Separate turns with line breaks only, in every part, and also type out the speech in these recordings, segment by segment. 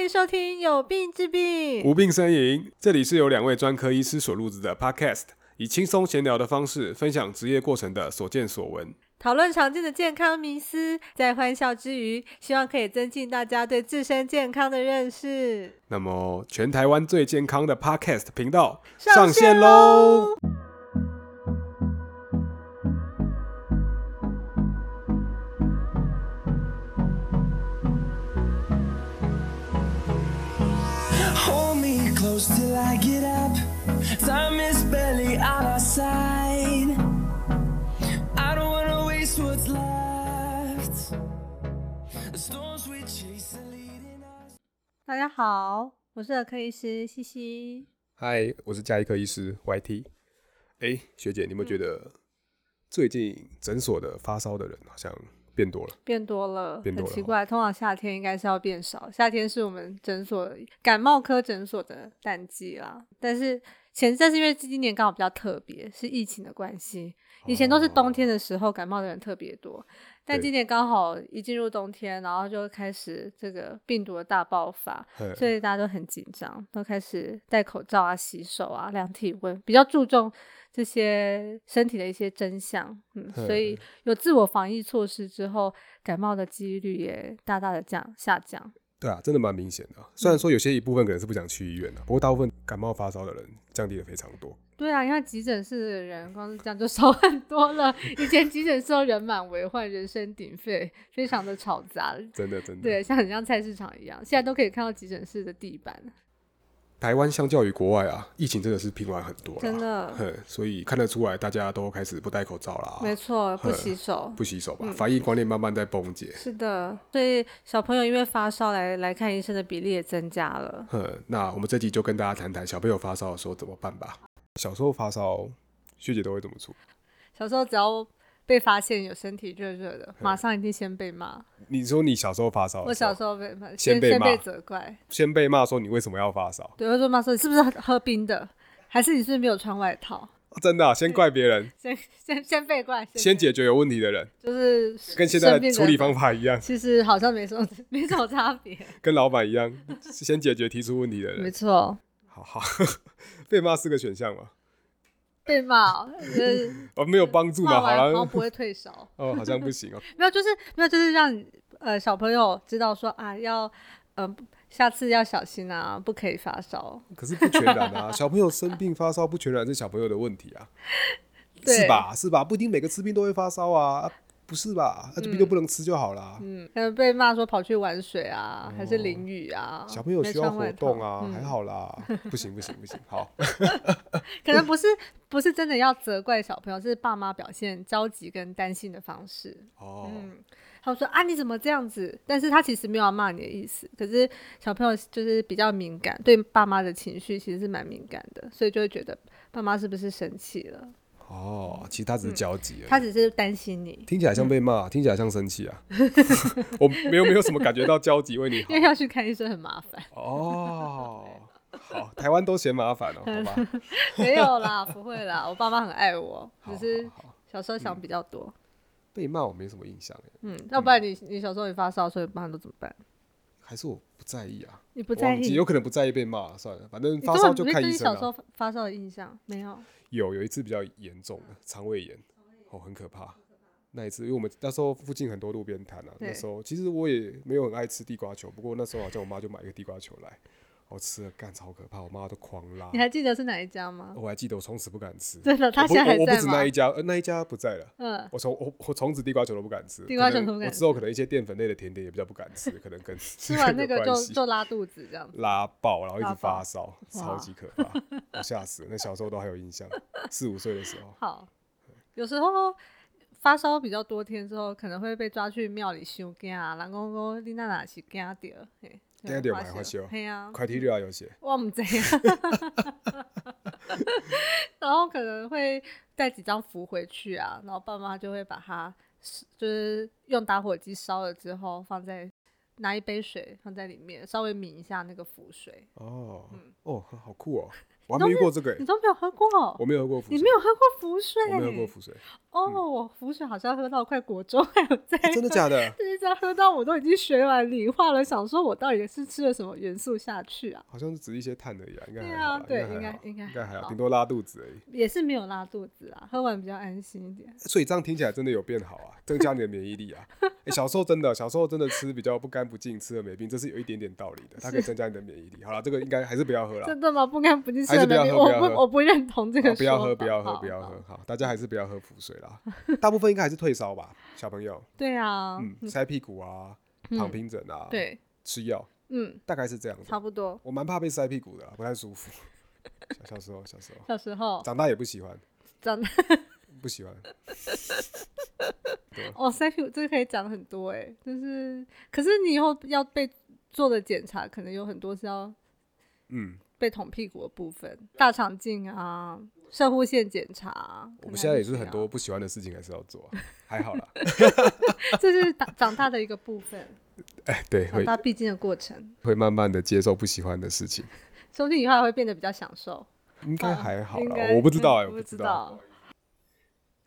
迎收听《有病治病》，
无病呻吟，这里是由两位专科医师所录制的 Podcast，以轻松闲聊的方式分享职业过程的所见所闻。
讨论常见的健康迷思，在欢笑之余，希望可以增进大家对自身健康的认识。
那么，全台湾最健康的 Podcast 频道
上
线
线
喽
喽！
Hold me close till I get up. Time is barely on our side. I don't wanna waste what's left. The storms we chase are leading us.
大家好，我是儿科医师西西。
嗨，我是加医科医师 YT。哎，学姐，你
嗯
有没有觉得最近诊所的发烧的人好像变多了？
变多了，
变多了
很奇
哦
怪。通常夏天应该是要变少，夏天是我们诊所感冒科诊所的淡季啦。但是前阵是因为今年刚好比较特别，是疫情的关系。以前都
哦
是冬天的时候感冒的人特别多，但
对
今年刚好一进入冬天，然后就开始这个病毒的大爆发，
嗯
所以大家都很紧张，都开始戴口罩啊、洗手啊、量体温，比较注重这些身体的一些真相。嗯，
嗯
所以有自我防疫措施之后，感冒的几率也大大的降下降。
对啊，真的蛮明显的啊。虽然说有些一部分可能是不想去医院啊的、不过大部分感冒发烧的人降低了非常多。
对啊，你看急诊室的人光是这样就 少很多了。以前急诊室都人满为患，人声鼎沸，非常的吵杂。
真的，真的。
对，像很像菜市场一样，现在都可以看到急诊室的地板。
台湾相较于国外啊，疫情真的是频繁很多啦，
真的
哼，所以看得出来，大家都开始不戴口罩啦，
没错，嗯不
嗯
洗手，
不洗手吧，防疫观念慢慢在崩解。
是的，所以小朋友因为发烧来来看医生的比例也增加了。
哼，那我们这集就跟大家谈谈小朋友发烧的时候怎么办吧。小时候发烧，学姐都会怎么做？
小时候只要被发现有身体热热的，
嗯
马上一定先被骂。
你说你小时候发烧，
我小时候被骂，
先被
先被
骂
责怪，
先被骂说你为什么要发烧？
对，我就骂说你是不是喝冰的，还是你是不是没有穿外套？
哦真的啊、先怪别人，
先先先被怪，
先
被
解决有问题的人，
就是
跟现在
生
的
病
处理方法一样，
其实好像没什么 没什么差别。
跟老板一样，是先解决提出问题的
没
人。
错，
好好， 被骂是个选项嘛？
被骂，就是
哦，没有帮助
骂
嘛？
完
好
好
了
像，不会退烧。
哦，好像不行哦。
没有，就是没有，就是让你呃小朋友知道说啊，要嗯、呃、下次要小心啊，不可以发烧。
可是不全然啊，小朋友生病发烧不全然是小朋友的问题啊，
对
是吧？是吧？不一定每个吃冰都会发烧啊，啊不是吧？那、这冰就不能吃就好啦。
嗯，可能被骂说跑去玩水啊，还是淋雨啊，
哦小朋友
没
需要
穿外
活动
套嗯
啊，还好啦。不行不行不行， 好，
可能不是不是真的要责怪小朋友，是爸妈表现焦急跟担心的方式。
哦，
嗯他们说啊，你怎么这样子？但是他其实没有要骂你的意思，可是小朋友就是比较敏感，对爸妈的情绪其实是蛮敏感的，所以就会觉得爸妈是不是生气了？
哦，其实他只是焦急而已。
嗯他只是担心你，
听起来像被骂，听起来像生气 啊！我没有没有什么感觉到焦急，为你好
因为要去看医生很麻 烦。
哦。好，台湾都嫌麻烦哦，好 吧？
没有啦，不会啦，我爸妈很爱我，只是
好好嗯好
小时候想比较多。
被骂我没什么印象耶，欸
嗯，要不然你你小时候你发烧，所以爸妈都怎么办？
还是我不在意啊？
你不
我
在
忘
意，
记有可能不在意被骂，算了，反正
你
发
根
烧
本
就
没
看
对
医
你
生
小
啊
时。候发发烧的印象没有？
有有一次比较严重的肠胃炎，哦，很可怕。那一次，因为我们那时候附近很多路边摊啊，
对
那时候其实我也没有很爱吃地瓜球，不过那时候好像我妈就买一个地瓜球来，我吃了，干超可怕，我妈都狂拉哦
你。还记得是哪一家吗？
我还记得我从此不敢吃，
真的， 他现在还
我不我
在
不止
吗
那？一家，呃，那一家不在了。
嗯，
我从我我从此地瓜球都不敢吃，
地瓜球
可能
都不敢
我之后可能一些淀粉类的甜点也比较不敢吃，可能 跟
吃完那
个
个就
关系
就拉肚子这样子。
拉爆，然后一直
拉
发
爆
烧，
哇
超级可怕， 我吓死了。那小时候都还有印象， 四五岁的时候，
好，有时候发烧比较多天之后，可能会被抓去庙里修惊啊，人讲讲你那哪是惊掉？嘿
惊到嘛发烧
嘿啊，
快递料有写。
我唔知啊， 然后可能会带几张符回去啊，然后爸妈就会把它是就是用打火机烧了之后，放在拿一杯水放在里面，稍微抿一下那个符水，
哦，哦，好酷哦！我还没遇过这个、
你嗯
欸，
都没有喝过哦
我，没有喝过浮
你
水，
没有哎喝过浮水，
我没有喝过浮嗯 水，
哦，我浮水好像喝到快国中还有在、
哎真 的假的？
就是这样喝到我都已经学完理化了，想说我到底是吃了什么元素下去啊？
好像是只一些碳而已啊，应该
对
还
啊
好啦，
对
应该还好
应该应该
应该还
还好
好，顶多拉肚子而已。
也是没有拉肚子啊，喝完比较安心一点。
所以这样听起来真的有变好 啊，增加你的免疫力啊。欸、小时候真的，小时候真的吃比较不干不净，吃了没病，这是有一点点道理的，它可以增加你的免疫力。好了，这个应该还是不要喝了，
真的吗？不干不净
还
的
是不要
能力，
喝不
我
要
不
喝
我不认同这
好
个
不
说法、
要喝，不要喝，
好
不要。
好
喝。好，大家还是不要喝浮水啦。大部分应该还是退烧吧，小朋友，
对啊，
嗯，塞屁股啊，躺平枕啊，，
嗯对，
吃药，
嗯，
大概是这样子。
差不多。
我蛮怕被塞屁股的啦，不太舒服。小小时候，小时候，
小时候
长大也不喜欢，
长大，
不喜欢。
哦，塞屁股这个可以讲很多哎、就是，可是你以后要被做的检查，可能有很多是要
嗯，
被捅屁股的部分，大肠镜啊，射护腺检查啊。
我
可
们
能
现在
还
也是
需
很
要
多，不喜欢的事情还是要做 啊，还好啦。
这是长长大的一个部 分，
哎，对，
长
会
大必经的过程。
会慢慢的接受不喜欢的事情，
说不定以后还会变得比较享受。
应该还好
哦应
啦。
该
我不知道哎、
嗯
我
不
不
知
知道。。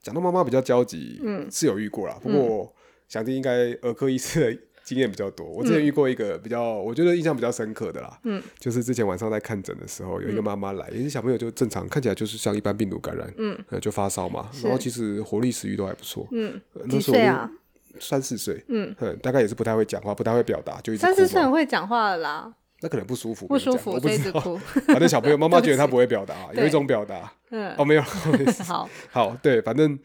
讲到妈妈比较焦急，
嗯
是有遇过啦。不过想必应该儿科医师的经验比较多。 我之前遇过一个比较，我觉得印象比较深刻的啦，
嗯，
就是之前晚上在看诊的时候，有一个妈妈来，因为小朋友就正常，看起来就是像一般病毒感染，
嗯，
呃，就发烧嘛，然后其实活力食欲都还不错，
嗯，
呃
几岁啊？？
三四岁，
嗯
大概也是不太会讲话，不太会表达，就一直
三四
哭
岁
嘛
很会讲话了啦，
那可能不舒服，
不舒服
我不
所以一
知
直
道
哭。
反正小朋友妈妈觉得他不会表达，
对
有一种表达
嗯，
哦，没有，
好，
好，对，反正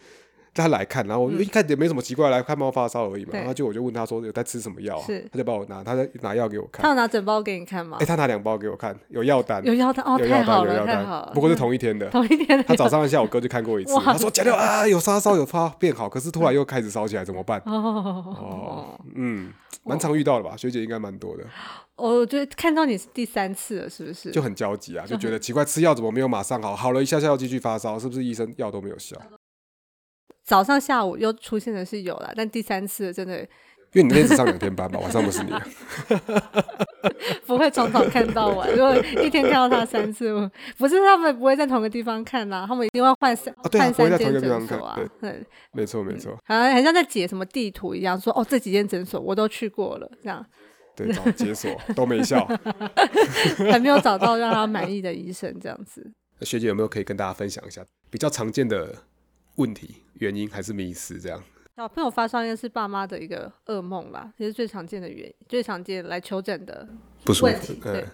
他来看，然后我一开始也没什么奇怪，来看猫发烧而已嘛。
嗯对
然后就我就问他说有在吃什么药啊
是？
他就帮我拿，他在拿药给我
他
看。
有拿整包给你看吗
哎，？他拿两包给我看，有药单，
有药单哦，
有药
太好
单，有
了，
药
太好
单。
了。
不过是同一天的，
同一天的
他
药
早上下我哥就看过一次，
哇
他说加料啊，有发烧有发变好，可是突然又开始烧起来，怎么办？
哦，
嗯，蛮常遇到的吧，学姐应该蛮多的，
哦我觉得看到你是第三次了，是不是？
就很焦急啊，就觉得奇怪，吃药怎么没有马上好？好了一下下又继续发烧，是不是医生药都没有效？
早上、下午又出现的是有啦，但第三次的真的
因为你那天只上两天班吧，晚上不 是你啊，
不会从头看到完。如果一天看到他三次，我不是他们不会在同个地方看啦、他们一定会换三、
啊对啊
换
不会
三
在同一
间
个地
诊
方
所
看
啊
对，
嗯，
没错没错。
好像很像在解什么地图一样，说哦这几间诊所我都去过了，这样
对，找解锁都 没效。
还没有找到让他满意的医生，这样子。
那学姐有没有可以跟大家分享一下比较常见的问题、原因还是迷失这样？
小朋友发烧应该是爸妈的一个噩梦啦，也是最常见的原因，最常见来求诊的
不舒
问
服
题。，对
嗯，，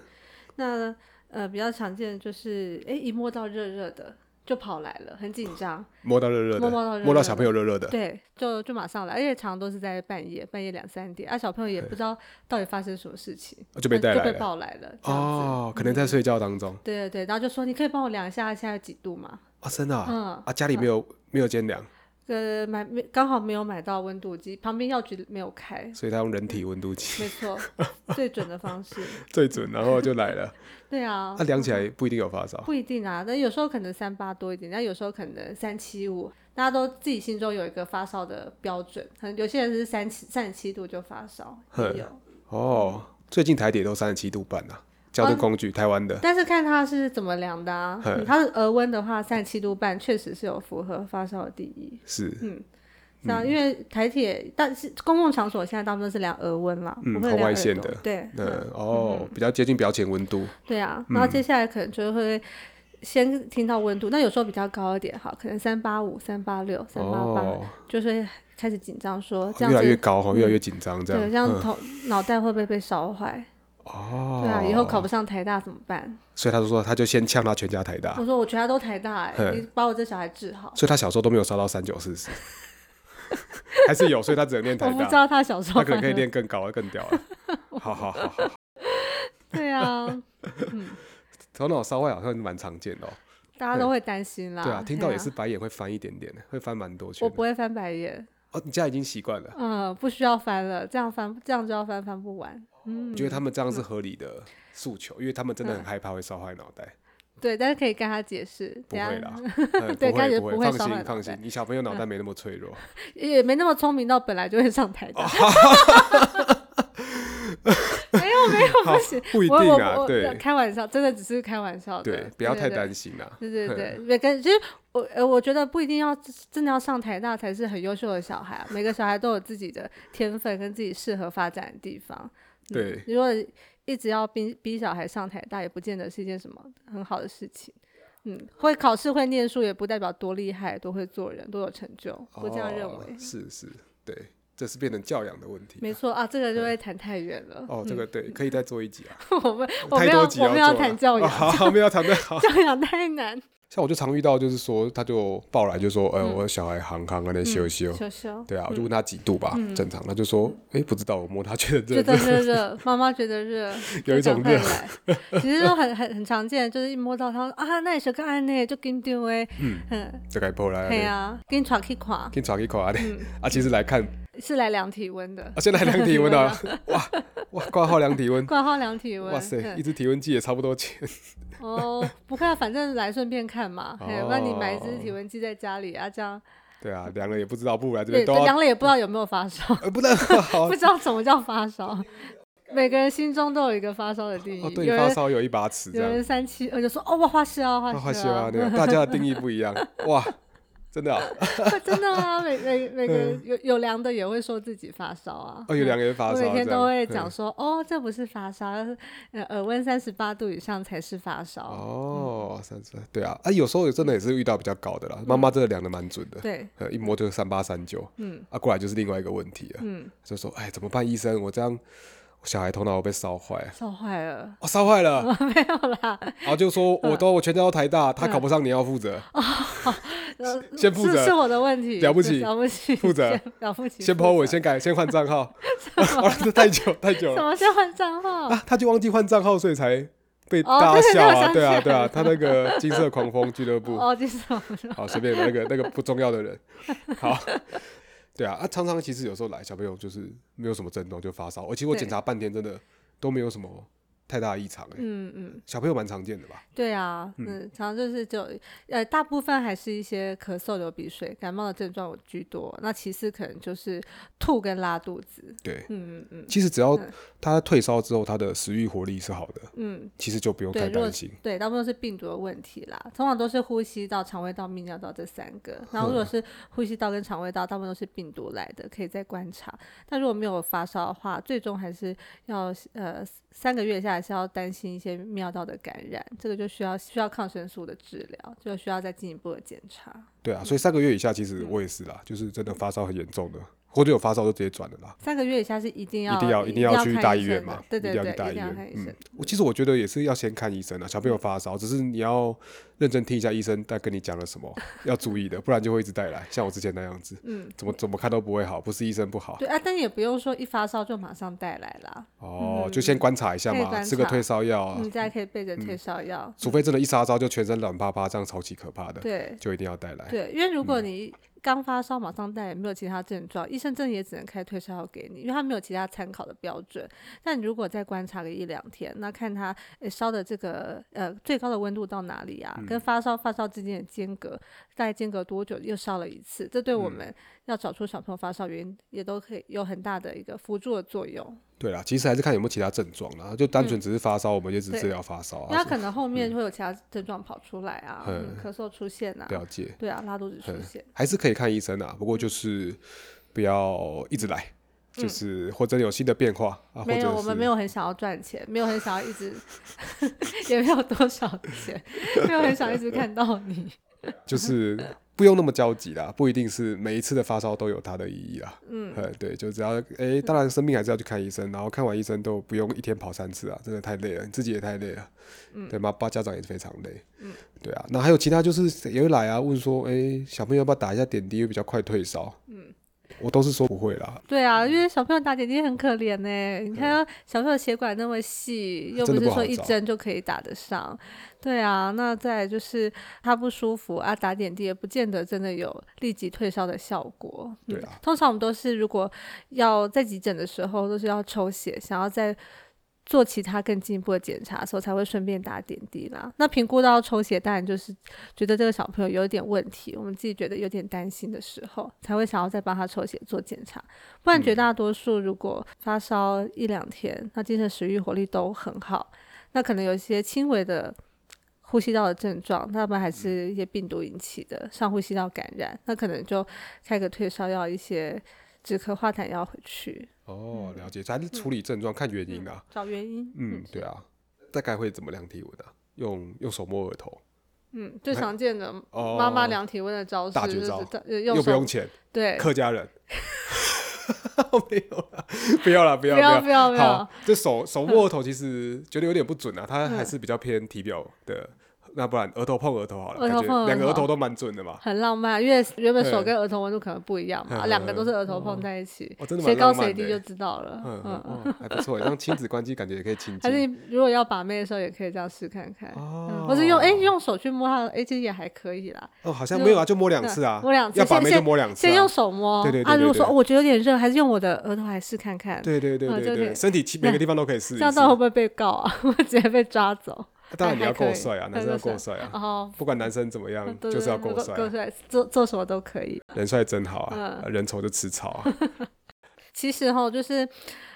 那呃比较常见的就是，哎、一摸到热热的就跑来了，很紧 张，
摸到热热的，
摸到热热的
摸到小朋友热热的，
对，就就马上来，而且常常都是在半夜，半夜两三点，啊，小朋友也不知道到底发生什么事情，
哦
呃
就被带
就
来
被
了。
抱来了，这样子。嗯
哦，可能在睡觉当中
对对对，然后就说你可以帮我量一下现在有几度吗？
啊，真的啊
嗯，
啊，家里没有没有煎粮，
呃，买没刚好没有买到温度计，旁边药局没有开，
所以他用人体温度计
没 错，最准的方式。
最准，然后就来了。
对啊，
他量起来不一定有发烧，
不一定啊，但有时候可能三八多一点，但有时候可能三七五，大家都自己心中有一个发烧的标准，可能有些人是三七三十七度就发烧，
哼
也有，
哦，最近台铁都三十七度半啊，交
嗯
通工具，台湾的。
但是看他是怎么量的啊，
嘿
嗯他是额温的话，三十七度半确实是有符合发烧的第一。
是，
那、啊
嗯
因为台铁，但是公共场所现在大部分是量额温啦，
嗯
不会
红
量
外
耳
线
朵
的
对，
嗯，哦，比较接近表浅温度，
对啊，
嗯
然后接下来可能就会先听到温度，那有时候比较高一点，哈，可能三八五、三八六、三八八
哦，
就是会开始紧张，说这样
越来
子
越高哈，越来越紧张这样。
对，这样
嗯
头脑袋会不会被烧坏？
哦，
对啊，以后考不上台大怎么办？
所以他就说，他就先呛他全家台大
我，说我全家都台大，哎，
嗯
你把我这小孩治好。
所以他小时候都没有烧到三九四十，还是有，所以他只能练台
我不知
大，
道他小时候
他可能可以
反正
练更高啊更屌 了。好好好好，
对 啊，
头脑烧坏好像蛮常见的哦。
大家都会担心啦。
对啊，听到也是
啊。
白眼会翻一点点的，会翻蛮多圈
我
的。
不会翻白眼，
哦，你家已经习惯了，
嗯，不需要翻了，这样翻这样就要翻翻不完。嗯
我觉得他们这样是合理的诉求，因为他们真的很害怕会烧坏脑袋。
对，但是可以跟他解释，
不
等一下
会啦，嗯
对
不
感
会
觉
不
不
会，
会
放
烧坏
心
脑
放心
袋，嗯
你小朋友脑袋没那么脆弱。
也
哦
没那么聪明到本来就会上台大。没有没有，
好
不行，
不一定
我
啊
我我
对
开玩笑，真的只是开玩笑的，
对，不要太担
心。
心啦。
对对对，每个其实我呃，我觉得不一定要真的要上台大才是很优秀的小孩、啊，每个小孩都有自己的天分跟自己适合发展的地方。嗯
对
如果一直要逼逼小孩上台大，也不见得是一件什么很好的事情。嗯，会考试会念书，也不代表多厉害、多会做人、多有成就。我这样认为，
哦是是，对，这是变成教养的问题啊。
没错啊，这个就会谈太远了。
哦，这个对，可以再做一集啊，
我们我
太
们要
多集
我们要
做了
谈教
哦
养，
好，我们要谈 对好。
教养太难。
像我就常遇到，就是说他就报来就说，呃，
嗯
我小孩行行啊，那修修，
羞羞，
对啊，我就问他几度吧，正常，他就说，哎，不知道，我摸他觉得
嗯觉得热
热，，
热，妈妈觉得热
有一
就赶
种热
快来。其实都很很很常见，就是一摸到他说啊，那也是个案呢，就给你丢哎，嗯，
这该破来
对
啊，
啊，给你喘气垮，
给你喘一口啊嘞，
嗯
啊，其实来看，
是来量体温的
啊，，现在量体 温啊，哇哇，挂号量体温，
挂号量体温，
哇塞，
嗯
一支体温计也差不多钱，
哦，不会啊，反正来顺便看嘛，嘿，那你买一支
哦
体温计在家里啊，这样
对啊，量了也不知道，不如来这
对，
边都
量
要，
了也不知道有没有发烧，
呃，不能， 好
不，知道什么叫发烧，每个人心中都有一个发烧的定
哦，
义，
对，
有
发
人
烧有一把尺这
有
样
人。三七，我就说哦，我发烧，
啊
发
花
烧
谢啊，那个大家的定义不一样，哇，真的啊，
真的啊，每每每个人有有量的也会说自己发烧啊。
哦，有两个人发
我
烧，
每天
这样
都会讲
嗯
说，哦，这不是发烧，而是呃，耳温三十八度以上才是发烧。
哦，三十，对啊，啊，有时候也真的也是遇到比较高的啦，妈妈真的量的蛮准的，
对，
呃，一摸就三八三九，嗯，啊，过来就是另外一个问题了，嗯，就说，哎，怎么办，医生，我这样，我小孩头脑被烧坏了，
烧坏了，
哦，烧坏了，
没有啦，嗯
然后就说，我都我全家都台大，他考不上你要负责，
哦呃
先负责
是是我的问题，
了不起
了不起，
负责
先了不起，
先
抛
抛我，先改，先换 账号， 啊，这太久太久
啊什
了
么先换账 号？
啊，他就忘记换账号，所以才。被
哦
大家
对对
笑
我
啊，
想
对啊，
起
对
来
啊，
了
他那个金色狂风俱乐部，
哦，就是我说
好，随便那个那个不重要 的人。好，对啊，啊，常常其实有时候来小朋友就是没有什么症状就发烧，而且我
对
检查半天真的都没有什么太大的异常、欸，
嗯嗯，
小朋友蛮常见的吧？
对啊，嗯，常常就是就呃，大部分还是一些咳嗽、流鼻水、感冒的症状我居多，那其次可能就是吐跟拉肚子，
对，
嗯嗯
其实只要
嗯
他退烧之后，他的食欲活力是好的，
嗯，
其实就不用
对，
太
如果
担心。
对，大部分是病毒的问题啦，通常都是呼吸道、肠胃道、泌尿道这三个。然
嗯
后如果是呼吸道跟肠胃道，大部分都是病毒来的，可以再观察。但如果没有发烧的话，最终还是要呃三个月下来是要担心一些尿道的感染，这个就需要需要抗生素的治疗，就需要再进一步的检查。
对啊，所以三个月以下，其
嗯
实我也是啦，就是真的发烧很严重的，或者有发烧就直接转了啦。
三个月以下是一定要
一定要一定
要
去
看
大
医
医院
生的
嘛，
对
一定
对
要
对，
去大
一
医
定要
院。
看医
嗯
生。，嗯
我其实我觉得也是要先看医生啊，小朋友发烧，只是你要认真听一下医生在跟你讲了什么，要注意的，不然就会一直带来，像我之前那样子，嗯，怎么怎么看都不会好，不是医生不好
对，啊，但也不用说一发烧就马上带来啦，
哦，就先观察一下
嗯可以
嘛，
观
吃个
察嗯
退烧药啊
你，再可以备着退烧药。
除非真的一发烧就全身软趴趴，这样超级可怕的，
对
就一定要带来，
对，因为如果你刚发烧马上带，也没有其他症状，医生真的也只能开退烧药给你，因为他没有其他参考的标准。但你如果再观察个一两天，那看他诶烧的这个呃最高的温度到哪里啊，跟发烧发烧之间的间隔大概间隔多久又烧了一次，这对我们要找出小朋友发烧原因也都可以有很大的一个辅助的作用。
对啦，其实还是看有没有其他症状啦，就单纯只是发烧，我们也只
嗯对
治疗发烧
那
啊，
可能后面会有其他症状跑出来啊，嗯咳嗽出现啊，
了解，
对啊，拉肚子出
嗯
现。
还是可以看医生啊，不过就是不要一直来，就是或者有新的变化啊，或
嗯没
者
有，我们
是
没有很想要赚钱，没有很想要一直， 也没有多少钱，没有很想一直看到你。
就是不用那么焦急啦，不一定是每一次的发烧都有它的意义啦。嗯，对，就只要哎、当然生病还是要去看医生，然后看完医生都不用一天跑三次啊，真的太累了，你自己也太累了，嗯，对妈爸家长也非常累，嗯，对啊，那还有其他就是也会来啊，问说哎、小朋友要不要打一下点滴，会比较快退烧？嗯，我都是说不会啦，
对啊，因为小朋友打点滴很可怜呢、你看小朋友血管那么细，又
嗯真的
是
不好
说一
找
针就可以打得上。对啊，那再来就是他不舒服啊，打点滴也不见得真的有立即退烧的效果。嗯
对啊
通常我们都是如果要在急诊的时候，都是要抽血，想要在做其他更进一步的检查的时候，才会顺便打点滴啦。那评估到抽血，当然就是觉得这个小朋友有点问题，我们自己觉得有点担心的时候，才会想要再帮他抽血做检查。不
嗯
然绝大多数如果发烧一两天，那精神、食欲、活力都很好，那可能有一些轻微的呼吸道的症状，那要不
嗯
然还是一些病毒引起的上呼吸道感染，那可能就开个退烧药，一些止咳化痰药回去，
哦，了解，还是处理症状，看原因啊。
找原因。
嗯，对啊，大概会怎么量体温啊？用用手摸额头，
嗯，最常见的
哦
妈妈量体温的招式
大
就
绝
是
招
大呃
又
用
不用
手
钱，
对，
客家人。 没有啦，不要啦，啊不要
不要
要
不要不嗯要
好，这手手握额头其实觉得有点不准啊，它
嗯
还是比较偏体表的，那不然额头碰额头好了，
额头
感
碰额
觉两个
头
额头都蛮准的嘛。
很浪漫， 因为原本手
对
跟额头温度可能不一样嘛，
嗯
两个都是额头碰在一起
哦真，的蛮
谁高
浪漫
谁低
的
就
欸
知道了。
嗯，
嗯，
嗯哦还不 错，像亲子关系感觉也可以亲
还是
近。
你如果要把妹的时候，也可以这样试看看，嗯
哦
或是用哎用手去摸它，哎其实也还可以啦。
哦，好像没有啊，就摸两次啊，
嗯摸两次，
要把
先
妹就
先
摸两次啊，
先用手摸。
对对对
啊，
对
如果说
对
哦我觉得有点热，还是用我的额头来试看看。，
对对对
嗯就
对
可以
对，身体其每个地方都可以试
这
一试
样。到底会不会被告啊？ 会直接被抓走？
当然你
还
要
可以
够帅啊，男生要够帅啊，
哦，
不管男生怎么样，
对
就是
对
要
对
够帅啊
够。帅，做做什么都可以。
人帅真好
嗯
啊，呃人丑就吃草啊。
其实哈，就是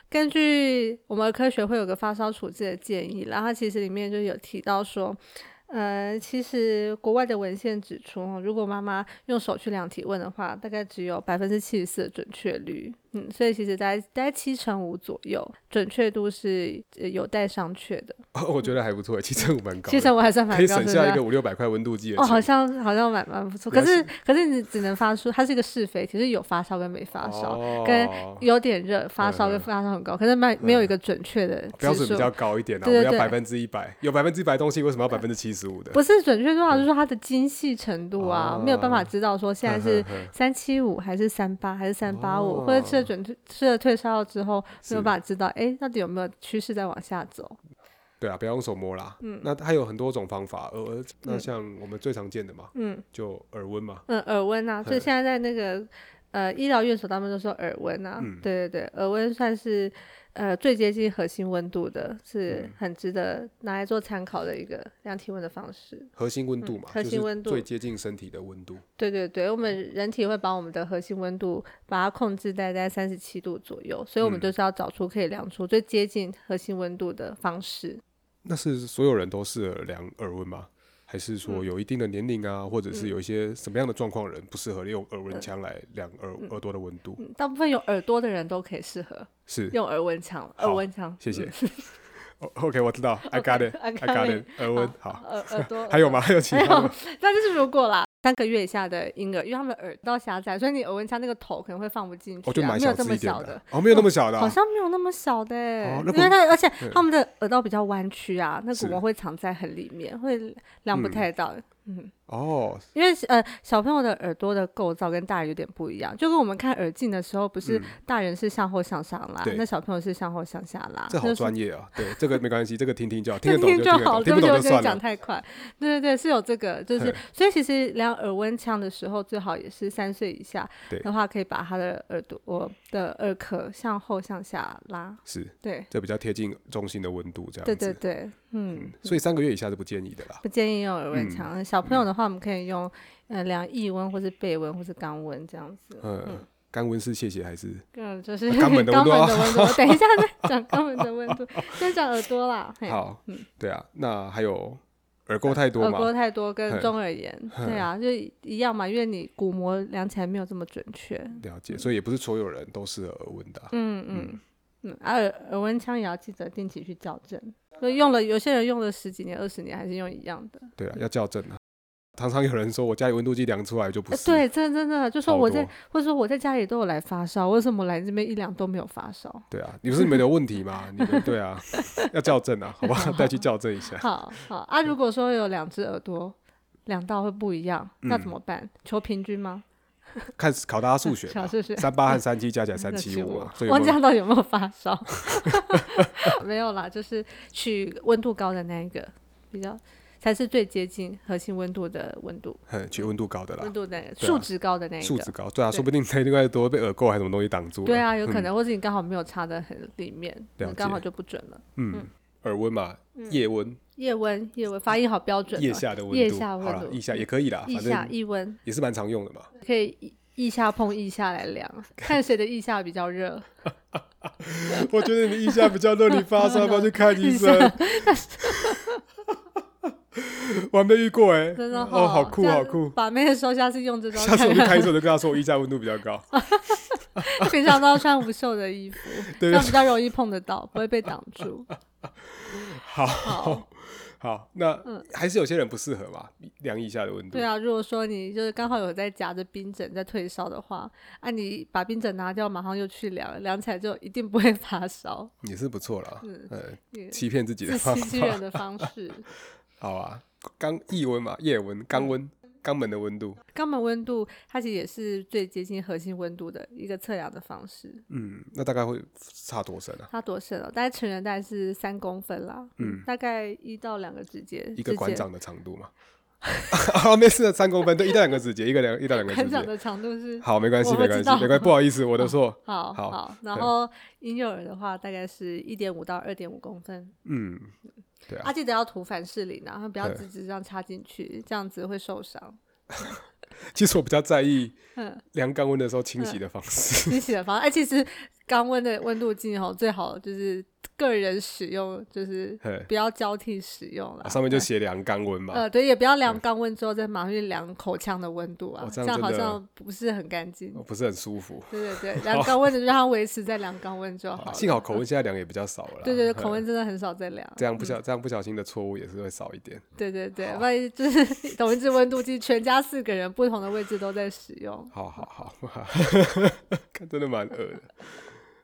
根据我们儿科学会有个发烧处置的建议，然后它其实里面就有提到说，呃，其实国外的文献指出，哦如果妈妈用手去量体温的话，大概只有百分之七十四的准确率，嗯，所以其实大概大概七成五左右，准确度是呃有待商榷的。
啊 我觉得还不错，七成五蛮高的，
七成五还算蛮
可以
高，
省
对
下
不
一个
对？
五六百块温度计的
哦，
钱。
好像好像蛮蛮不错，
比较
可是可是你只能发出，它是一个是非题，是有发烧跟没发烧，
哦
跟有点热，发烧跟
嗯
发烧很高，可是没没有一个准确的
标
指
准
数
比，较高一点啊，我
对对
们要
对
百分之一百，有百分之一百东西为什么要百分之七十五的？
不是准确多少，就是说它的精细程度啊，
嗯哦
没有办法知道说现在是
哼哼哼
三七五还是三八还是三八五，
哦
或者吃了准吃了退烧药之后，没
是
有办法知道，哎，到底有没有趋势在往下走？
对啊，不要用手摸啦。嗯，那它有很多种方法，耳耳那像我们最常见的嘛，
嗯
就耳温嘛，
嗯，耳温啊，所以
嗯
现在在那个呃医疗院所，他们都说耳温啊，
嗯
对对对，耳温算是呃最接近核心温度的，是
嗯
很值得拿来做参考的一个量体温的方式。
核心温度嘛，
嗯核心温度
就是最接近身体的温度。
对对对，我
嗯
们人体会把我们的核心温度把它控制在在三十七度左右，所以我们
嗯
就是要找出可以量出最接近核心温度的方式。
那是所有人都适合量耳温吗？还是
嗯
说有一定的年龄啊，或者是有一些什么样的状况人不适合用耳温枪来量耳、耳朵的温度？
呃嗯大部分有耳朵的人都可以适合
是，
用耳温枪，
好
耳温枪。嗯
谢谢。O- OK，我知 道，I got
I
it，I
got
got
呃
it。耳温好，
耳耳朵
还有吗？还有其
没
他
有
吗？，
但就是如果啦，三个月以下的婴儿，因为他们耳道狭窄，所以你耳温枪那个头可能会放不进去、啊，
我哦就买
没有这
只
么
一点
小的。，
哦，没有那么小的啊，
好像没有那么小的、欸
哦那
因
骨
为它而且
对
他们的耳道比较弯曲啊，那
是
骨膜会藏在很里面，会量不
嗯
太到。
哦，
因为呃，小朋友的耳朵的构造跟大人有点不一样，就跟我们看耳镜的时候，不是大人是向后向上拉，
嗯对
那小朋友是向后向下拉，
这好
就是
专业啊。对，这个没关系，这个听 听就好，听
听就
得懂就听得
好
懂，
了，
听
不起，
懂
我
就
今天
算
讲
了。
太快。对对对，是有这个，就是
嘿
所以其实量耳温枪的时候，最好也是三岁以下
对
的话，可以把他的耳朵我的耳壳向后向下拉。
是，
对
这比较贴近中心的温度这样
对
子。
对对，嗯，
所以三个月以下是不建议的啦。
不建议用耳温枪。
嗯
小朋友的话，我们可以用呃量腋温或是背温或是肛温这样子。
嗯，干温是谢谢还是？
嗯，就是
肛门的温度啊
肛门的温度等一下再讲肛门的温度，先讲耳朵啦。嘿嗯
好，对啊，那还有耳垢太多
耳朵
嘛？
太多跟
嘿
中耳炎，对啊，就一样嘛，因为你鼓膜量起来没有这么准确。
了解，所以也不是所有人都适合耳温的啊。
嗯嗯嗯，啊耳耳温枪也要记得定期去校正。所以用了，有些人用了十几年、二十年还是用一样的。
对啊，要校正啊。常常有人说我家里温度计量出来就不
呃
是，
对，真的真的，就说
好
我在
多，
或者说我在家里都有来发烧，为什么来这边一两都没有发 烧？
对啊，你不是你们有问题吗？你们对 啊，要校正啊，好吧， 再去校正一下。
好好啊，如果说有两只耳朵，两道会不一样，那
嗯
怎么办？求平均吗？
看考大家数学
小
嘛，
数学。
三八和三七加起来三
那
七五嘛，所以有
忘
没
记
有
他到底有没有发烧， 没有啦，就是取温度高的那一个比较。才是最接近核心温度的温度，
嗯，去温度高的啦
温，度的那个
对啊
数值高的那一
数值
个。
高，对啊，
对
说不定在另外多被耳垢还是什么东西挡住了，
对啊，有可
嗯
能，或者你刚好没有插的很里面，
了
那刚好
解
就不准了。
嗯，耳温嘛，夜温，
夜温，夜温发音好标准哦。
腋下的温
嗯
度，
腋下温
好
度
了，，腋下也可以啦，
腋
反
下
正
腋温
也是蛮常用的嘛。
可以腋腋下碰腋下来量，看谁的腋下比较热。
我觉得你腋下比较 热，你发烧要不要
嗯
去看医生？ 我还没遇过哎、
真的
哦，好酷
这样
好酷！
把妹的时候，下次用这招
下次我
看
去
看。
看医生，我就跟他说我腋下温度比 较高。
平常都要穿无袖的衣服，这
对
样比较容易碰得到，不会被挡 住。
好好那、还是有些人不适合嘛，量腋下的温
嗯
度。
对啊，如果说你就是刚好有在夹着冰枕在退烧的话，啊，你把冰枕拿掉，马上又去量，量起来就一定不会 发烧，
也是不错啦，
嗯
呃，
也
欺骗自己
自
的方
欺欺人
法。
的方式。
好啊，肛腋温嘛，腋温、肛温、
嗯
肛门的温度，
肛门温度它其实也是最接近核心温度的一个测量的方式。
嗯，那大概会差多深啊？
它多深哦？大概成人大概是三公分啦，
嗯
大概一到两个指节之间，
一个馆长的长度嘛？ 啊，没事的，三公分，对，一到两个指节，一个两一到两个指
馆长
节。
的长度是
好，没关系，
我不
没关
知
系，
道哦
没关系，不好意思，我的错。
好
好
然
嗯
后婴幼儿的话大概是一点五到二点五公分，
嗯，对
啊，记得要涂反适龄啊，然后不要
对
直直这样插进去，这样子会受伤。
其实我比较在意
嗯
量肛温的时候清洗的方式。
清洗的方法，哎，其实肛温的温度计吼，最好就是个人使用，就是
嘿
不要交替使用了。
啊 上面就啊写量肛温嘛。
呃，对，也不要量肛温之后再马上去量口腔的温度啊，
哦
这
这
样
样
好
真的
像不是很干净。
哦不是很舒服。啊
对对 对，量肛温的就让它维持在量肛温就好了。
幸好口温现在量也比较少了啦。
对嗯对对，
嗯
口温真的很少在量。
这样不小，这样不小心的错误也是会少一点。
对对对，万一就是 同一只温度计，全家四个人不同的位置都在使用。
好好好，
嗯
看真的蛮恶的。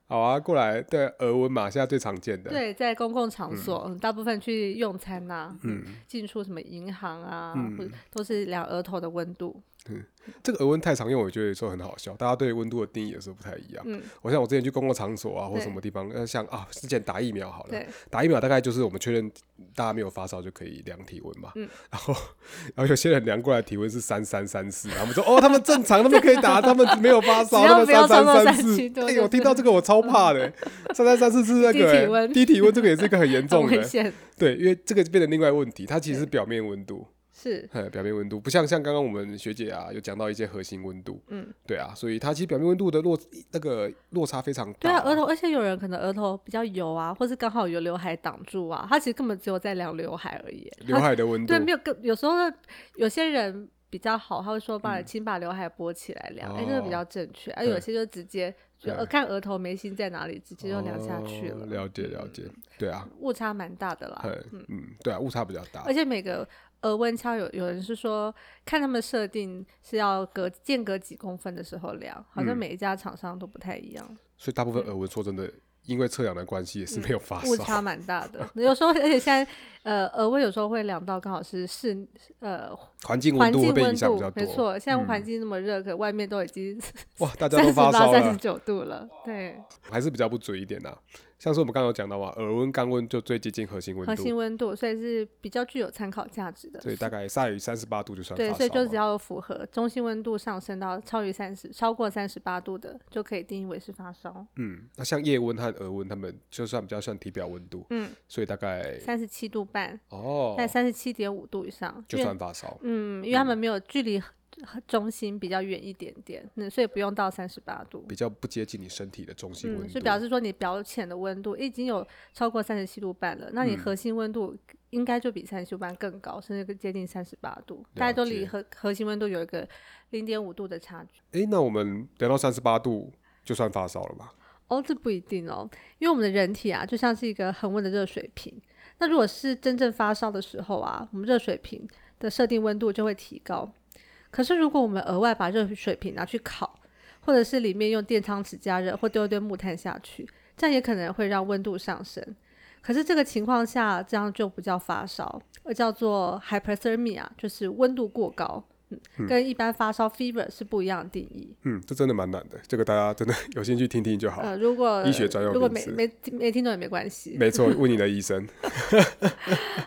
好啊，过来，对，耳温嘛，现在最常见的。，
对，在公共场所，嗯大部分去用餐呐、嗯，进出什么银行啊，或者都是量额头的温度。
这个耳温太常用，我觉得有时候很好笑。大家对温度的定义有时候不太一样。
嗯
我像我之前去公共场所啊，或
对
什么地方，呃，像啊，之前打疫苗好了
对，
打疫苗大概就是我们确认大家没有发烧就可以量体温嘛。
嗯
然后，然后有些人量过来体温是三三三四，然后我们说哦，他们正常，他们可以打，他们没有发烧，
只要
他
不要超
们三
过
三三
37
四
度。就
哎呦，我听到
是
这个我超怕的、欸三三三四是 那
低
个、
体
欸、
温
低体温，这个也是一个很严
很
重
危
的。欸
险，
对，因为这个就变成另外一个问题，它其实是表面温度。
是
呃，表面温度不像像刚刚我们学姐啊，有讲到一些核心温度，嗯，对啊，所以它其实表面温度的落那个落差非常
对
大、
啊，额头，而且有人可能额头比较油啊，或是刚好有刘海挡住啊，他其实根本只有在量刘海而已。
刘海的温度，
对，没有跟有时候有些人比较好，他会说把请把刘海拨起来量，哎、这个比
嗯哦
较正确。而有
对
些就直接就呃
对
看额头眉心在哪里，直接就量下去
哦
了，嗯
了解了解，对啊，
误差蛮大的啦。
很嗯，对啊，误差比较大
而，且每个额温枪有有人是说，看他们设定是要隔间隔几公分的时候量，好
嗯
像每一家厂商都不太一样，
所以大部分耳温说真的，因为测量的关系也是哦没有发
嗯误
烧，
差蛮大的。有时候，而且现在呃额温有时候会量到刚好是室呃
环境
环
温度会
境
被
温
影响比
度
较，
没
多，嗯
错，现在环境那么热，可外面都已经
哇，大家
三
都
十
发
八、
烧
三十
了，
九度了，对，
还是比较不准一点呐、啊。像是我们刚刚有讲到嘛，耳温、肛温就最接近核心温
核心
度，
温度，所以是比较具有参考价值的。
所以大概大于三十八度就算发
对，
烧
所以就
嘛
只要符合中心温度上升到超于三十、超过三十八度的，就可以定义为是发烧。
嗯，那像夜温和额温，他们就算比较算体表温度，
嗯，
所以大概
三十七度半，
哦，
在三十七点五度以上，
就
因为
算发烧，
嗯，因为他们没有距离中心比较远一点点，嗯，所以不用到三十八度
比。较不接近你身体的中心温
嗯，
度，
所以表示说你表浅的温度已经有超过三十七度半了，那你
嗯
核心温度应该就比三十七度半更高，甚至更接近三十八度，大家都离
解
核核心温度有一个零点五度的差距。
诶，那我们量到三十八度就算发烧了吧？
哦，这不一定哦，因为我们的人体啊，就像是一个恒温的热水瓶。那如果是真正发烧的时候啊，我们热水瓶的设定温度就会提高。可是如果我们额外把热水瓶拿去烤，或者是里面用电汤匙加热，或丢一堆木炭下去，这样也可能会让温度上升。可是这个情况下，这样就不叫发烧，而叫做 hyperthermia，就是温度过高。嗯跟一般发烧 fever 是不一样的定义。
嗯，这真的蛮难的，这个大家真的 有兴趣听听就好。
呃，如果
医学专用
如果
名
没
词
没没听懂也没关系。
没错，问你的医生。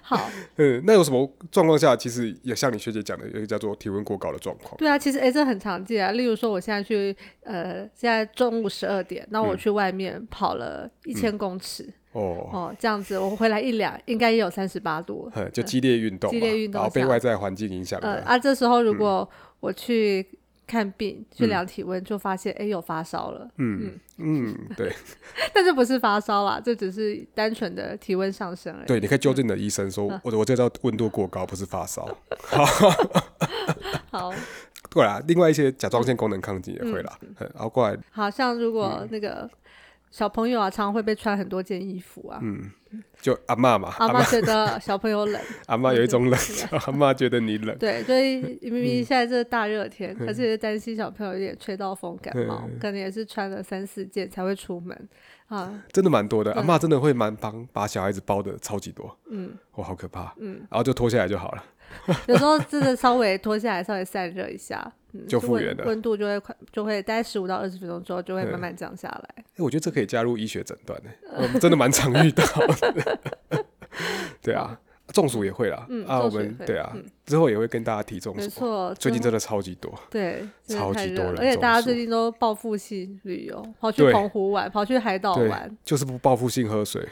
好，
嗯，那有什么状况下，其实也像你学姐讲的，有一个叫做体温过高的状况。
对啊，其实诶、这很常见啊。例如说，我现在去呃，现在中午十二点，那
嗯
我去外面跑了一千公尺、
哦，
哦，这样子我回来一量应该也有三十八度。
嗯，就激烈运动嘛，
激烈运动
然后被
下
外在环境影响
呃
的。嗯
啊，这时候如果我去看病、去量体温，就发现诶、有发烧了，
嗯嗯，对
但这不是发烧啦，这只是单纯的体温上升而已。
对，你可以纠正你的医生说，
嗯
我我这叫温度过高，不是发烧。
好，
对啦，另外一些甲状腺功能亢进也会啦，嗯然后过来，
好像如
嗯
果那个小朋友啊，常常会被穿很多件衣服
嗯
啊，
就阿嬷嘛，
阿
阿
妈
嬷嗯啊
觉得小朋友冷，
阿嬷有一种冷，叫 阿嬷觉得你冷。
对，所以 明
嗯
明现在这大热天，可是也担心小朋友有点吹到风感冒，
嗯
可能也是穿了三四件才会出门啊。
真的蛮多的，阿嬷真的会蛮帮把小孩子包的超级多，嗯，哇，好可怕，嗯，然后就脱下来就好了，
有时候真的稍微脱下来，稍微散热一下，嗯，
就复
温
原了嗯
温度就会快，就会大概十五到二十分钟之后就会慢慢降下来。
哎、我觉得这可以加入医学诊断呢，我们真的蛮常遇到的。 对啊，中暑也会啦，
嗯
啊，我
中暑也
们
会
对啊，之后也会跟大家提中
没
暑。
错，
最近
之后
真的超级多，
对真的
超级
太热
多
了
人
而且大家
中暑
最近都报复性旅游，跑去
对
澎湖玩，跑去海岛
对
玩，，
就是不报复性喝水，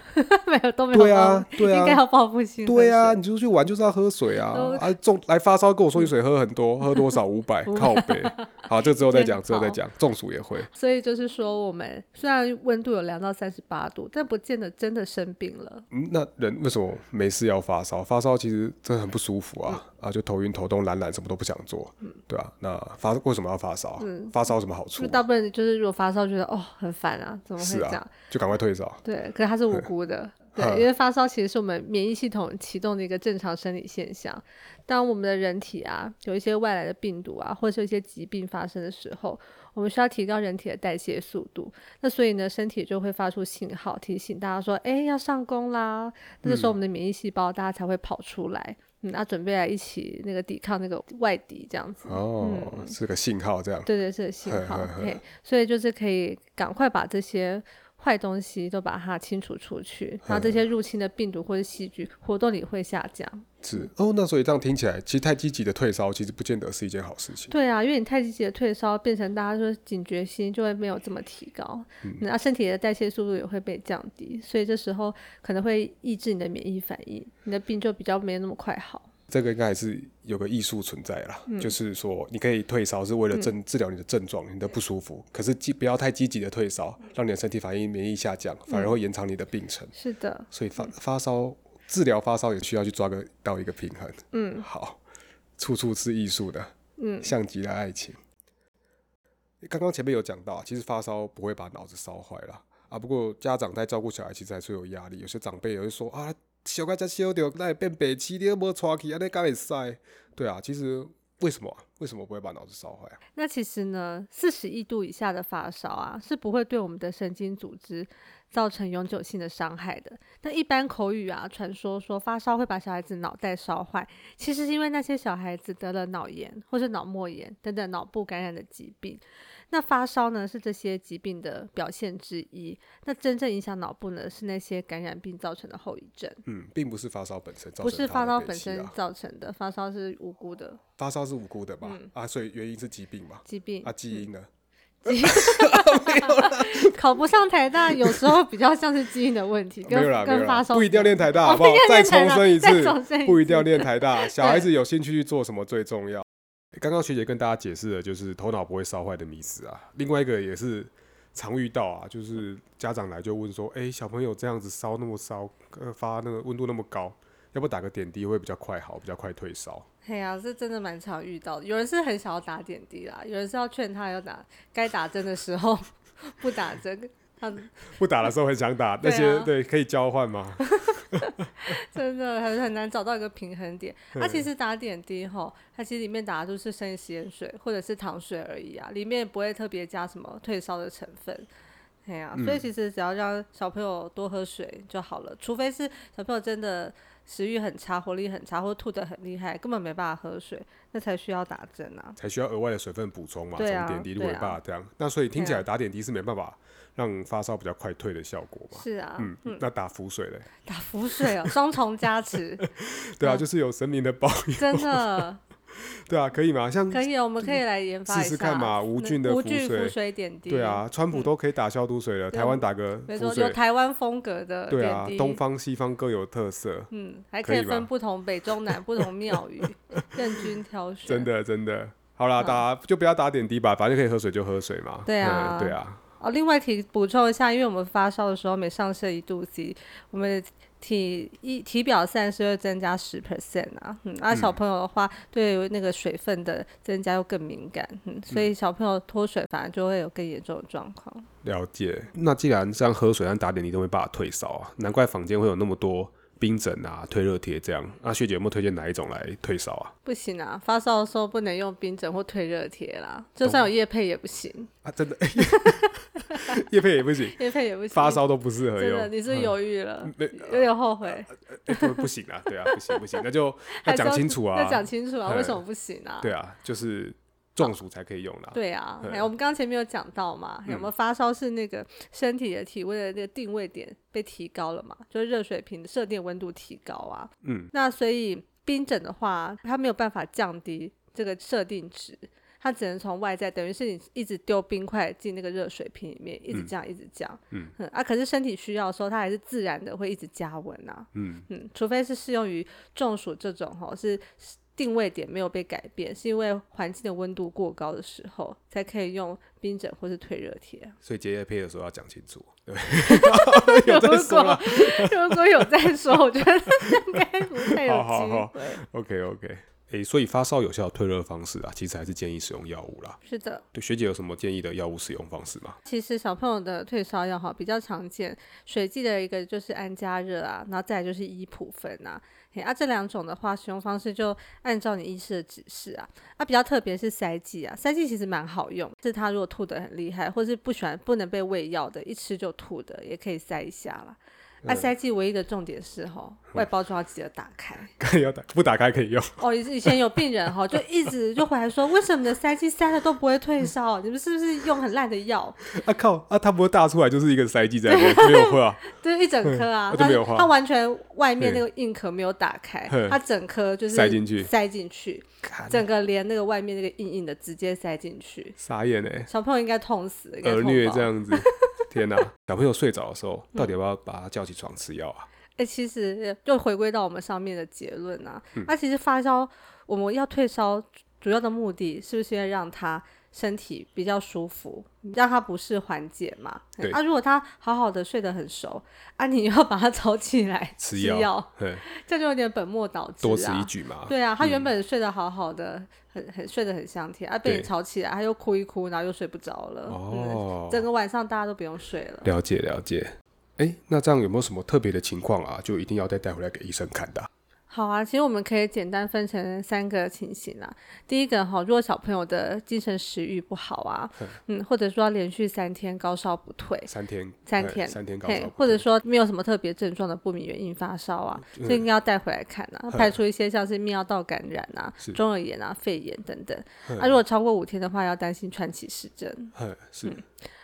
没有都没有
对啊
报复
对啊
应该要报复性喝水。
对啊，你就出去玩就是要喝水啊
都，嗯
啊中来发烧跟我说你水喝很多，喝多少五 百靠背，好，这之后再讲，
好
之后再讲，中暑也会，
所以就是说，我们虽然温度有量到三十八度，但不见得真的生病了。
嗯，那人为什么没事要发烧？发烧其实真的很不舒服啊，
嗯
啊，就头晕头痛、懒懒，什么都不想做，对啊，那发为什么要发烧？
嗯
发烧有什么好
就
处
是？大部分人就是如果发烧，觉得哦很烦啊，怎么会
是
这
啊
样？，
就赶快退烧。
对，可是它是无辜的。对，
嗯
因为发烧其实是我们免疫系统启动的一个正常生理现象。当我们的人体啊有一些外来的病毒啊，或者是有一些疾病发生的时候，我们需要提高人体的代谢速度。那所以呢，身体就会发出信号提醒大家说：“哎，要上工啦！”那个时候我们的免疫细胞大家才会跑出来，嗯，那、准备来一起那个抵抗那个外敌这样子。
哦，是个信号这样。
嗯对对，是信
呵
号
呵，呵
嘿，所以就是可以赶快把这些坏东西都把它清除出去，然后这些入侵的病毒或者细菌活动力会下降。
是哦，那所以这样听起来，其实太积极的退烧，其实不见得是一件好事情。
对啊，因为你太积极的退烧，变成大家说警觉心就会没有这么提高，那、身体的代谢速度也会被降低，所以这时候可能会抑制你的免疫反应，你的病就比较没那么快好。
这个应该还是有个艺术存在啦，就是说你可以退烧是为了症治疗你的症状、你的不舒服，可是积不要太积极的退烧，让你的身体反应免疫下降，反而会延长你的病程。
是的，
所以发发烧治疗发烧也需要去抓个到一个平衡。嗯，好，处处是艺术的，嗯，像极了爱情。刚刚前面有讲到啊，其实发烧不会把脑子烧坏啦。啊。不过家长在照顾小孩，其实还是有压力。有些长辈也会说啊，小孩才小掉，那也变白痴，你又没抓去，安尼敢会塞？对啊，其实为什么啊为什么不会把脑子烧坏啊？
那其实呢，四十一度以下的发烧啊，是不会对我们的神经组织造成永久性的伤害的。那一般口语啊，传说说发烧会把小孩子脑袋烧坏，其实是因为那些小孩子得了脑炎或是脑膜炎等等脑部感染的疾病。那发烧呢，是这些疾病的表现之一。那真正影响脑部呢，是那些感染病造成的后遗症，
嗯，并不是发烧本身造成、
不是发烧本
啊
身，造成的，发烧是无辜的
发烧是无辜的吧？
嗯
啊，所以原因是疾病嘛？
疾病
啊，。基因呢？
考不上台大，有时候比较像是基因的问题，跟
没有啦，没有
跟发
啦，
烧
不一定要练台大，
哦
好不好
不一？定要
再
练台
重
大
申一
再
次
重申一，
不一定
次
要练 台大。小孩子有兴趣去做什么最重要？刚刚学姐跟大家解释的就是头脑不会烧坏的迷思啊。另外一个也是常遇到啊，就是家长来就问说：“哎、小朋友这样子烧那么烧，呃，发那个温度那么高，要不打个点滴会比较快好，比较快退烧
嘿呀、这真的蛮常遇到的。有人是很想要打点滴啦，有人是要劝他要打，该打针的时候 不打针。他
不打的时候很 想打，那
对啊
些对可以交换吗？
真的很很难找到一个平衡点。他、其实打点滴吼，它其实里面打的都是生理食盐水或者是糖水而已啊，里面不会特别加什么退烧的成分。哎呀、
嗯
所以其实只要让小朋友多喝水就好了，除非是小朋友真的食欲很差、活力很差，或吐得很厉害，根本没办法喝水，那才需要打针啊。
才需要额外的水分补充嘛，从
对啊
点滴入
对
尾
啊
巴这样。那所以听起
对啊
来打点滴是没办法让发烧比较快退的效果嘛。
是啊，
嗯，那打浮水嘞？
打浮水 哦，双重加持，
对
嗯
啊，就是有神明的保佑，
真的
对啊，可以吗？像
可以哦，我们可以来研发一下，
试试看嘛无菌的
无
浮
菌
水
浮水点滴。
对啊，，川普都可以打消毒水了，台湾打个
没
浮
错，有
水，
台湾风格的
对
点
啊
滴，，
东方西方各有特色，
嗯，还
可
可以
以吧
分不同北中南不同庙 宇，任君挑选。
真的真的。好啦，打就不要打点滴吧，反正可以喝水就喝水嘛。
对啊
嗯对啊，
哦，另外体补充一下，因为我们发烧的时候每上升一度 C，我们体一体表散失会增加十 percent 啊，嗯，啊小朋友的话、对那个水分的增加又更敏感，嗯，所以小朋友脱水反而就会有更严重的状况。
了解。那既然像喝水和打点滴都没办法退烧啊，难怪坊间会有那么多冰枕啊、退热贴这样。啊那学姐有没有推荐哪一种来退烧啊？
不行啊，发烧的时候不能用冰枕或退热贴啦，就算有叶配也不行，
啊，真的， 叶配也不行，
叶配也不行。
发烧都不适 合
真的，
用。
你是不是犹豫了，
没
有点后悔。
哎不不行啊，对啊，不行不行，那 就
还
要
是
讲清楚啊，
要讲清楚啊，
嗯
为什么不行啊？
对啊，就是中暑才可以用啦。
对啊，
嗯
哎，我们刚刚前面有讲到嘛，我们发烧是那个身体的体温的那个定位点被提高了嘛，就是热水瓶的设定温度提高啊。
嗯，
那所以冰枕的话，它没有办法降低这个设定值。它只能从外在，等于是你一直丢冰块进那个热水瓶里面，一直这样，一直这样，嗯啊，可是身体需要的时候，它还是自然的会一直加温啊，
嗯
嗯，除非是适用于中暑这种哈，是定位点没有被改变，是因为环境的温度过高的时候，才可以用冰枕或是退热贴。
所以接叶配的时候要讲清楚。对，
如
有在说
果
啦
如果有在说，我觉得 应该不太有
好好
机
好
会。
OK OK，诶、哎所以发烧有效的退热方式啊，其实还是建议使用药物啦。
是的，
对，学姐有什么建议的药物使用方式吗？
其实小朋友的退烧药哈比较常见，水剂的一个就是安加热啊，然后再来就是伊普芬啊，嘿啊这两种的话，使用方式就按照你医师的指示啊。啊比较特别是塞剂啊，塞剂其实蛮好用，是他如果吐得很厉害，或是不喜欢不能被喂药的，一吃就吐的，也可以塞一下啦。啊，塞剂唯一的重点是吼，外包装要记得打开。
要打不打开可以用？
哦，以以前有病人哈，就一直就回来说，为什么你的塞剂塞了都不会退烧？啊你们是不是用很烂的药？
啊靠！啊，它不会大出来就是一个塞剂在那边，没有 会啊？
就是一整颗啊
嗯，
它
都没有画
它完全外面那个硬壳没有打开
嗯，
它整颗就是
塞进去
塞进去，
看
整个连那个外面那个硬硬的直接塞进去，
傻眼哎、
小朋友应该痛死，应该
儿
痛嗯
呃虐
爆
这。样子。 天哪、小朋友睡着的时候，到底要不要把他叫起床吃药啊？
哎、其实就回归到我们上面的结论啊，
嗯
那、其实发烧我们要退烧主要的目的是不是要让他身体比较舒服，让他不适缓解嘛？
对
啊，如果他好好的睡得很熟，啊，你要把他 吵起来
吃
药，，
嘿
这就有点本末倒置、啊，
多此一举嘛。
对啊，他原本睡得好好的，很很睡得很香甜，啊，被你
嗯对
吵起来，他又哭一哭，然后又睡不着了。
哦
嗯，整个晚上大家都不用睡了。
了解了解。哎，那这样有没有什么特别的情况啊？就一定要再带回来给医生看的啊、
好啊，其实我们可以简单分成三个情形啊。第一个哈、如果小朋友的精神食欲不好啊，嗯，或者说他连续三天高烧不退，
三天，
三
哎
天，
三天高
嘿
烧不
或者
退嗯
说没有什么特别症状的不明原因发烧啊，所以应该要带回来看啊，排除一些像是泌尿道感染啊
是、嗯
中耳炎啊、肺炎等等。啊，如果超过五天的话，要担心川崎氏症。
嘿是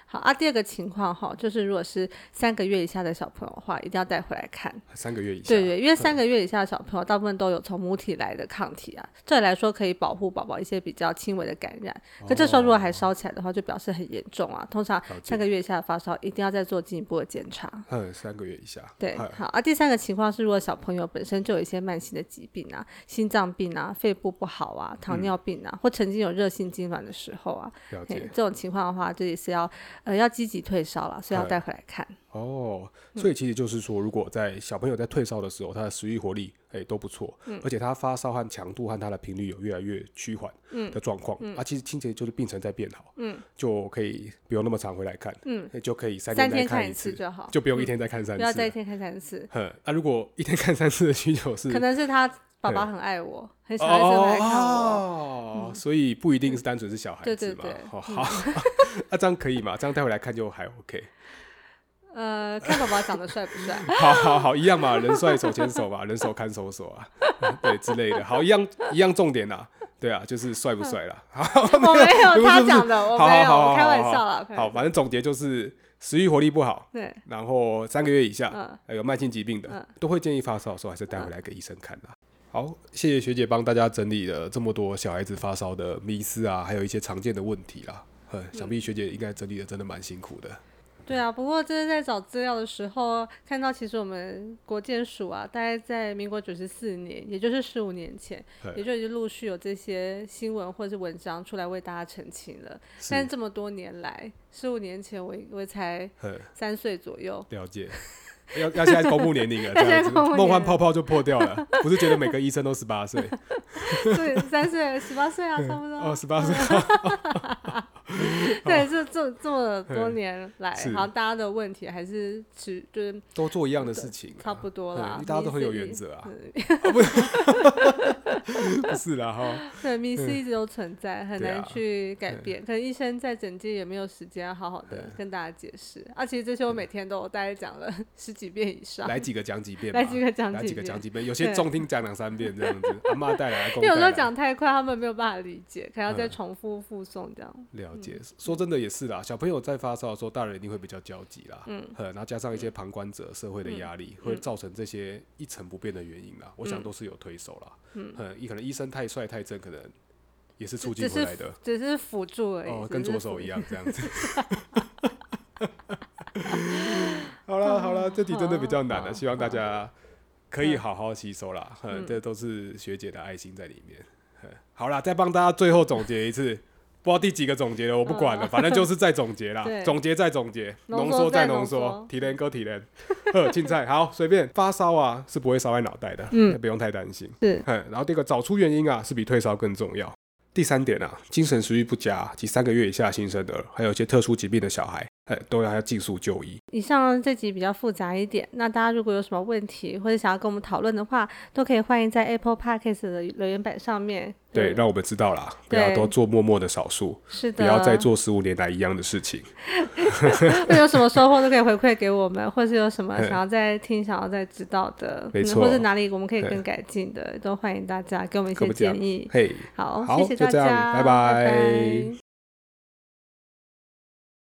好啊，第二个情况哈，就是如果是三个月以下的小朋友的话，一定要带回来看。
三个月以下，
对对，因为三个月以下的小朋友大部分都有从母体来的抗体啊，这来说可以保护宝宝一些比较轻微的感染。可这时候如果还烧起来的话，就表示很严重啊。通常
哦了解
三个月以下的发烧一定要再做进一步的检查。
嗯，三个月以下，
对，
嘿
好啊。第三个情况是，如果小朋友本身就有一些慢性的疾病啊，心脏病啊、肺部不好啊、
嗯
糖尿病啊，或曾经有热性痉挛的时候啊，
了
嘿
解
这种情况的话，这也是要呃要积极退烧了，所以要
嗯
带回来看。
哦。
嗯
所以其实就是说，如果在小朋友在退烧的时候，他的食欲、活力，哎、都不错，
嗯
而且他发烧和强度和他的频率有越来越趋缓
嗯
的状况，啊，其实听起来就是病程在变好，嗯，就可以不用那么常回来看，嗯，就可以三
三
再
天
看
看一次
次
就好嗯
就不用一天再看三
不
次
要
了。
再一天看三次，
哼，啊，如果一天看 三次的需求是哦
可能是他爸爸很爱我，很小孩子很爱看我。嗯
哦，所以不一定是单纯是小孩
对
子
对嗯
嘛
对。
哦好，那、这样可以吗？这样带回来看就还 OK。
呃，看宝宝长得帅不 帅？
好好好，一样嘛，人帅手牵手嘛，人手看守手啊， 对之类的。好，一样一样重点啦，对啊，就是帅不帅啦。好，
我没有
不是
哦他
不是
讲的我
好
没有
好好
我开
好
玩
好
笑
好
啦开玩
好，
笑
反正总结就是食欲活力不好，
对，
然后三个月以下，
嗯
还有慢性疾病的，
嗯
都会建议发烧的时候还是带回来给医生看啦。好，谢谢学姐帮大家整理了这么多小孩子发烧的迷思啊，还有一些常见的问题啦。嗯，想必学姐应该整理的真的蛮辛苦的。
对啊，不过这是在找资料的时候看到，其实我们国健署啊，大概在民国九十四年，也就是十五年前，
对
也就已经陆续有这些新闻或是文章出来为大家澄清了。但是这么多年来，十五年前我我才
嗯，
三岁左右，
了解。 要要现在公布年 龄了，这样子
现在公布年龄
梦幻泡泡就破掉 了。不是觉得每个医生都十八岁，
对，三岁、十八岁啊，差不多。
哦，十八岁，
对，这这这么多年来，
是
好像大家的问题还是持就是
都做一样的事情啊、
差不多啦
嗯。大家都很有
迷思
原则啊，
嗯
不是 啦哈。
对，迷思一直都存在，很
对啊
难去改变。可能医生在诊间也没有时间好好的跟大家解释。啊，其实这些我每天都有大概讲了 十几遍以上，
来几个讲几遍吧，
啊来几个讲
来
几
几个讲
遍
几遍，有些
对
重听讲两三遍这样子。阿妈带来，阿
因
公
为有时候
带来
讲太快，他们没有办法理解，可能要再
嗯
重复附送这样。
了解，
嗯
说真的也是啦，小朋友在发烧的时候，大人一定会比较焦急啦，嗯，然后加上一些旁观者社会的压力，
嗯
会造成这些一成不变的原因啦。我想都是有推手啦，嗯，可能医生太帅太正，可能也是促进
只
回
是
来的，
只是辅助而已，
哦，
只
跟
是
左手
辅
一样这样 子。好了好了，这题真的比较难了，希望大家可以好好吸收啦。嗯，这都是学姐的爱心在里面。嗯好啦，再帮大家最后总结一次。不知道第几个总结了，我不管了，反正就是再总结啦，
嗯 对
总结再总结，
浓
浓
缩
缩
再
再
浓
浓缩
缩，
提炼哥提炼， 呵，青菜好随便，发烧啊是不会烧坏脑袋的，
嗯
不用太担心。
是
嗯，然后第二个找出原因啊，是比退烧更重要。第三点啊，精神食欲不佳及三个月以下新生儿，还有一些特殊疾病的小孩，哎，都要要尽速就医。
以上这集比较复杂一点，那大家如果有什么问题或者想要跟我们讨论的话，都可以欢迎在 Apple Podcast 的留言板上面。
对，
嗯
让我们知道啦，不
对啊
要都做默默的少数，
是的，
不要再。做十五年来一样的事情。
那 有什么收获都可以回馈给我们，或是有什 么
嗯
想要再听、想要再知道的，
没
嗯
错
或者哪里我们可以更
嗯
改进的，都欢迎大家给我们一
可
些
不这样
建议。
嘿，
好，
好
谢谢
就
大
这样
家，
拜拜
拜